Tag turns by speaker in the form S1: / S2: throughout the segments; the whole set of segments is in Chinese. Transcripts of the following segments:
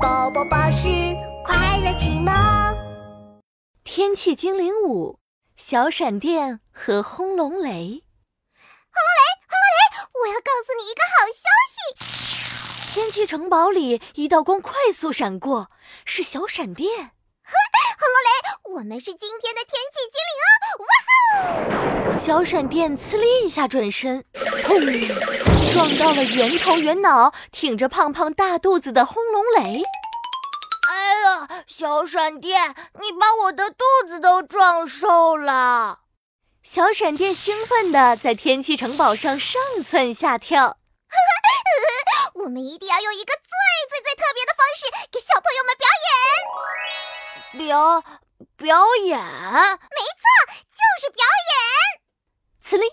S1: 宝宝巴士快乐启蒙。
S2: 天气精灵五：小闪电和轰隆雷。
S1: 我要告诉你一个好消息，
S2: 天气城堡里，一道光快速闪过，是小闪电。
S1: 我们是今天的天气精灵哦。
S2: 小闪电呲哩一下转身，砰，撞到了圆头圆脑、挺着胖胖大肚子的轰隆雷。
S1: 哎呀，小闪电，你把我的肚子都撞瘦了。
S2: 小闪电兴奋地在天气城堡上上蹿下跳。
S1: 我们一定要用一个最最最特别的方式给小朋友们表演。表表演？没错，就是表
S2: 呲
S1: 演。
S2: 哩，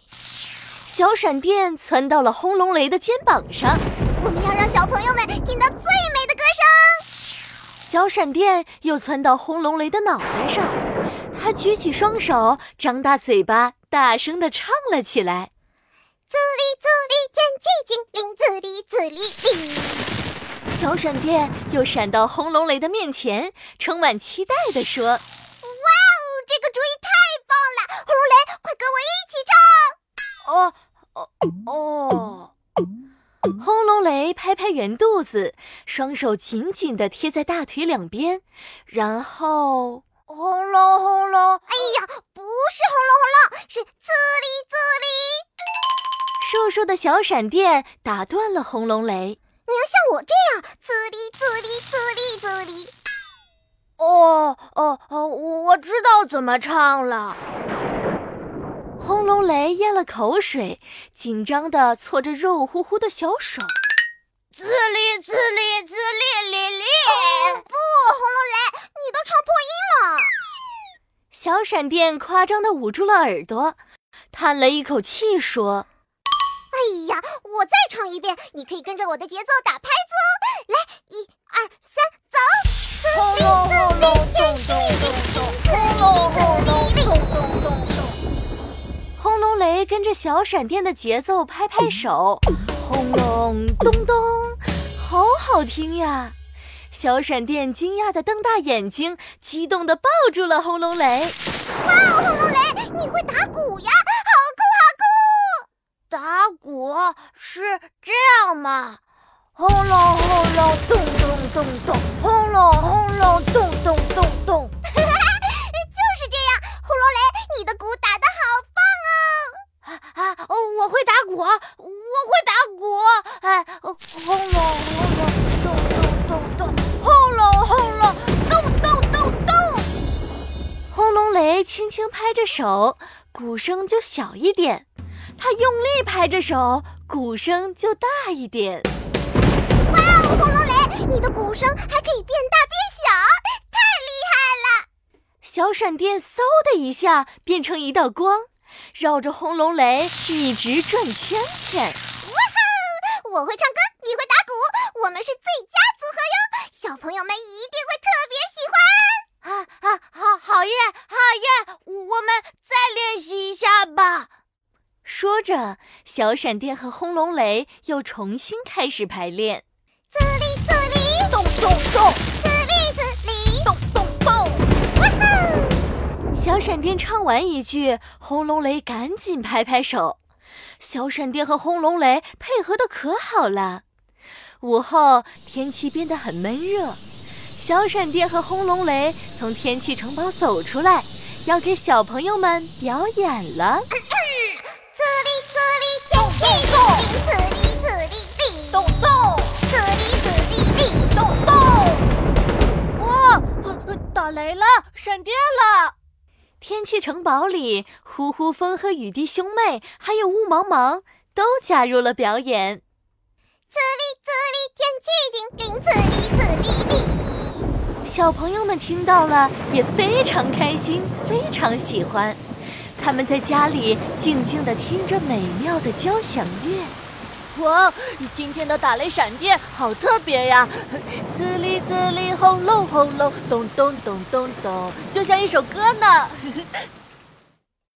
S2: 小闪电窜到了轰隆雷的肩膀上。
S1: 我们要让小朋友们听到最美的歌声。
S2: 小闪电又窜到轰隆雷的脑袋上，他举起双手，张大嘴巴，大声地唱了起来。
S1: 滋哩滋哩，天气精灵，滋哩滋哩哩。
S2: 小闪电又闪到轰隆雷的面前，充满期待地说
S1: 哦，这个主意太棒了！轰隆雷，快跟我一起唱！哦哦哦！：“
S2: 轰隆雷，拍拍圆肚子，双手紧紧地贴在大腿两边，然后
S1: 轰隆轰隆！哎呀，不是轰隆轰隆，是呲哩呲哩。
S2: 瘦瘦的小闪电打断了轰隆雷。
S1: 你要像我这样呲哩呲哩呲哩呲哩。哦哦哦，我知道怎么唱了。
S2: 轰隆雷咽了口水，紧张地搓着肉乎乎的小手。
S1: 呲哩呲哩呲哩哩哩。不，轰隆雷，你都唱破音了。
S2: 小闪电夸张地捂住了耳朵，叹了一口气说
S1: 哎呀，我再唱一遍，你可以跟着我的节奏打拍子哦。来，一二三，走！ 轰隆轰隆，咚咚咚咚，轰隆轰隆，咚咚咚咚。：“
S2: 轰隆雷跟着小闪电的节奏拍拍手，轰隆咚咚，好好听呀！”小闪电惊讶地瞪大眼睛，激动地抱住了轰隆雷。
S1: 哇，轰隆雷，你会打鼓呀，好酷好酷！打鼓是这样吗？轰隆轰隆，咚咚咚咚，轰隆轰隆，咚咚咚咚。就是这样，轰隆雷，你的鼓打得好棒哦！啊啊，我会打鼓，我会打鼓。哎，轰隆轰隆，咚咚咚咚，轰隆轰隆，咚咚咚咚。
S2: 轰隆雷轻轻拍着手，鼓声就小一点；他用力拍着手，鼓声就大一点。
S1: 哇哦，轰隆雷，你的鼓声还可以变大变小，太厉害了！
S2: 小闪电嗖的一下变成一道光，绕着轰隆雷一直转圈圈。
S1: 我会唱歌，你会打鼓，我们是最佳组合哟，小朋友们一定会特别喜欢。啊啊，好好耶，好耶，我们再练习一下吧。
S2: 说着，小闪电和轰隆雷又重新开始排练。
S1: 滋哩滋哩，咚咚咚，滋哩滋哩，咚咚咚。哇哈！
S2: 小闪电唱完一句，轰隆雷赶紧拍拍手。小闪电和轰隆雷配合的可好了。午后天气变得很闷热，小闪电和轰隆雷从天气城堡走出来，要给小朋友们表演了。
S1: 滋哩滋哩，天气动，滋哩滋哩哩，咚咚，滋哩滋哩哩，咚咚。哇，呃打雷了，闪电了！
S2: 天气城堡里，呼呼风和雨滴兄妹，还有雾茫茫，都加入了表演。
S1: 滋哩滋哩，天气精灵，滋哩滋哩哩。
S2: 小朋友们听到了也非常开心，非常喜欢。他们在家里静静地听着美妙的交响乐。哇，今天的打雷闪电好特别呀！滋哩滋哩，轰隆轰隆，咚咚咚咚咚，就像一首歌呢。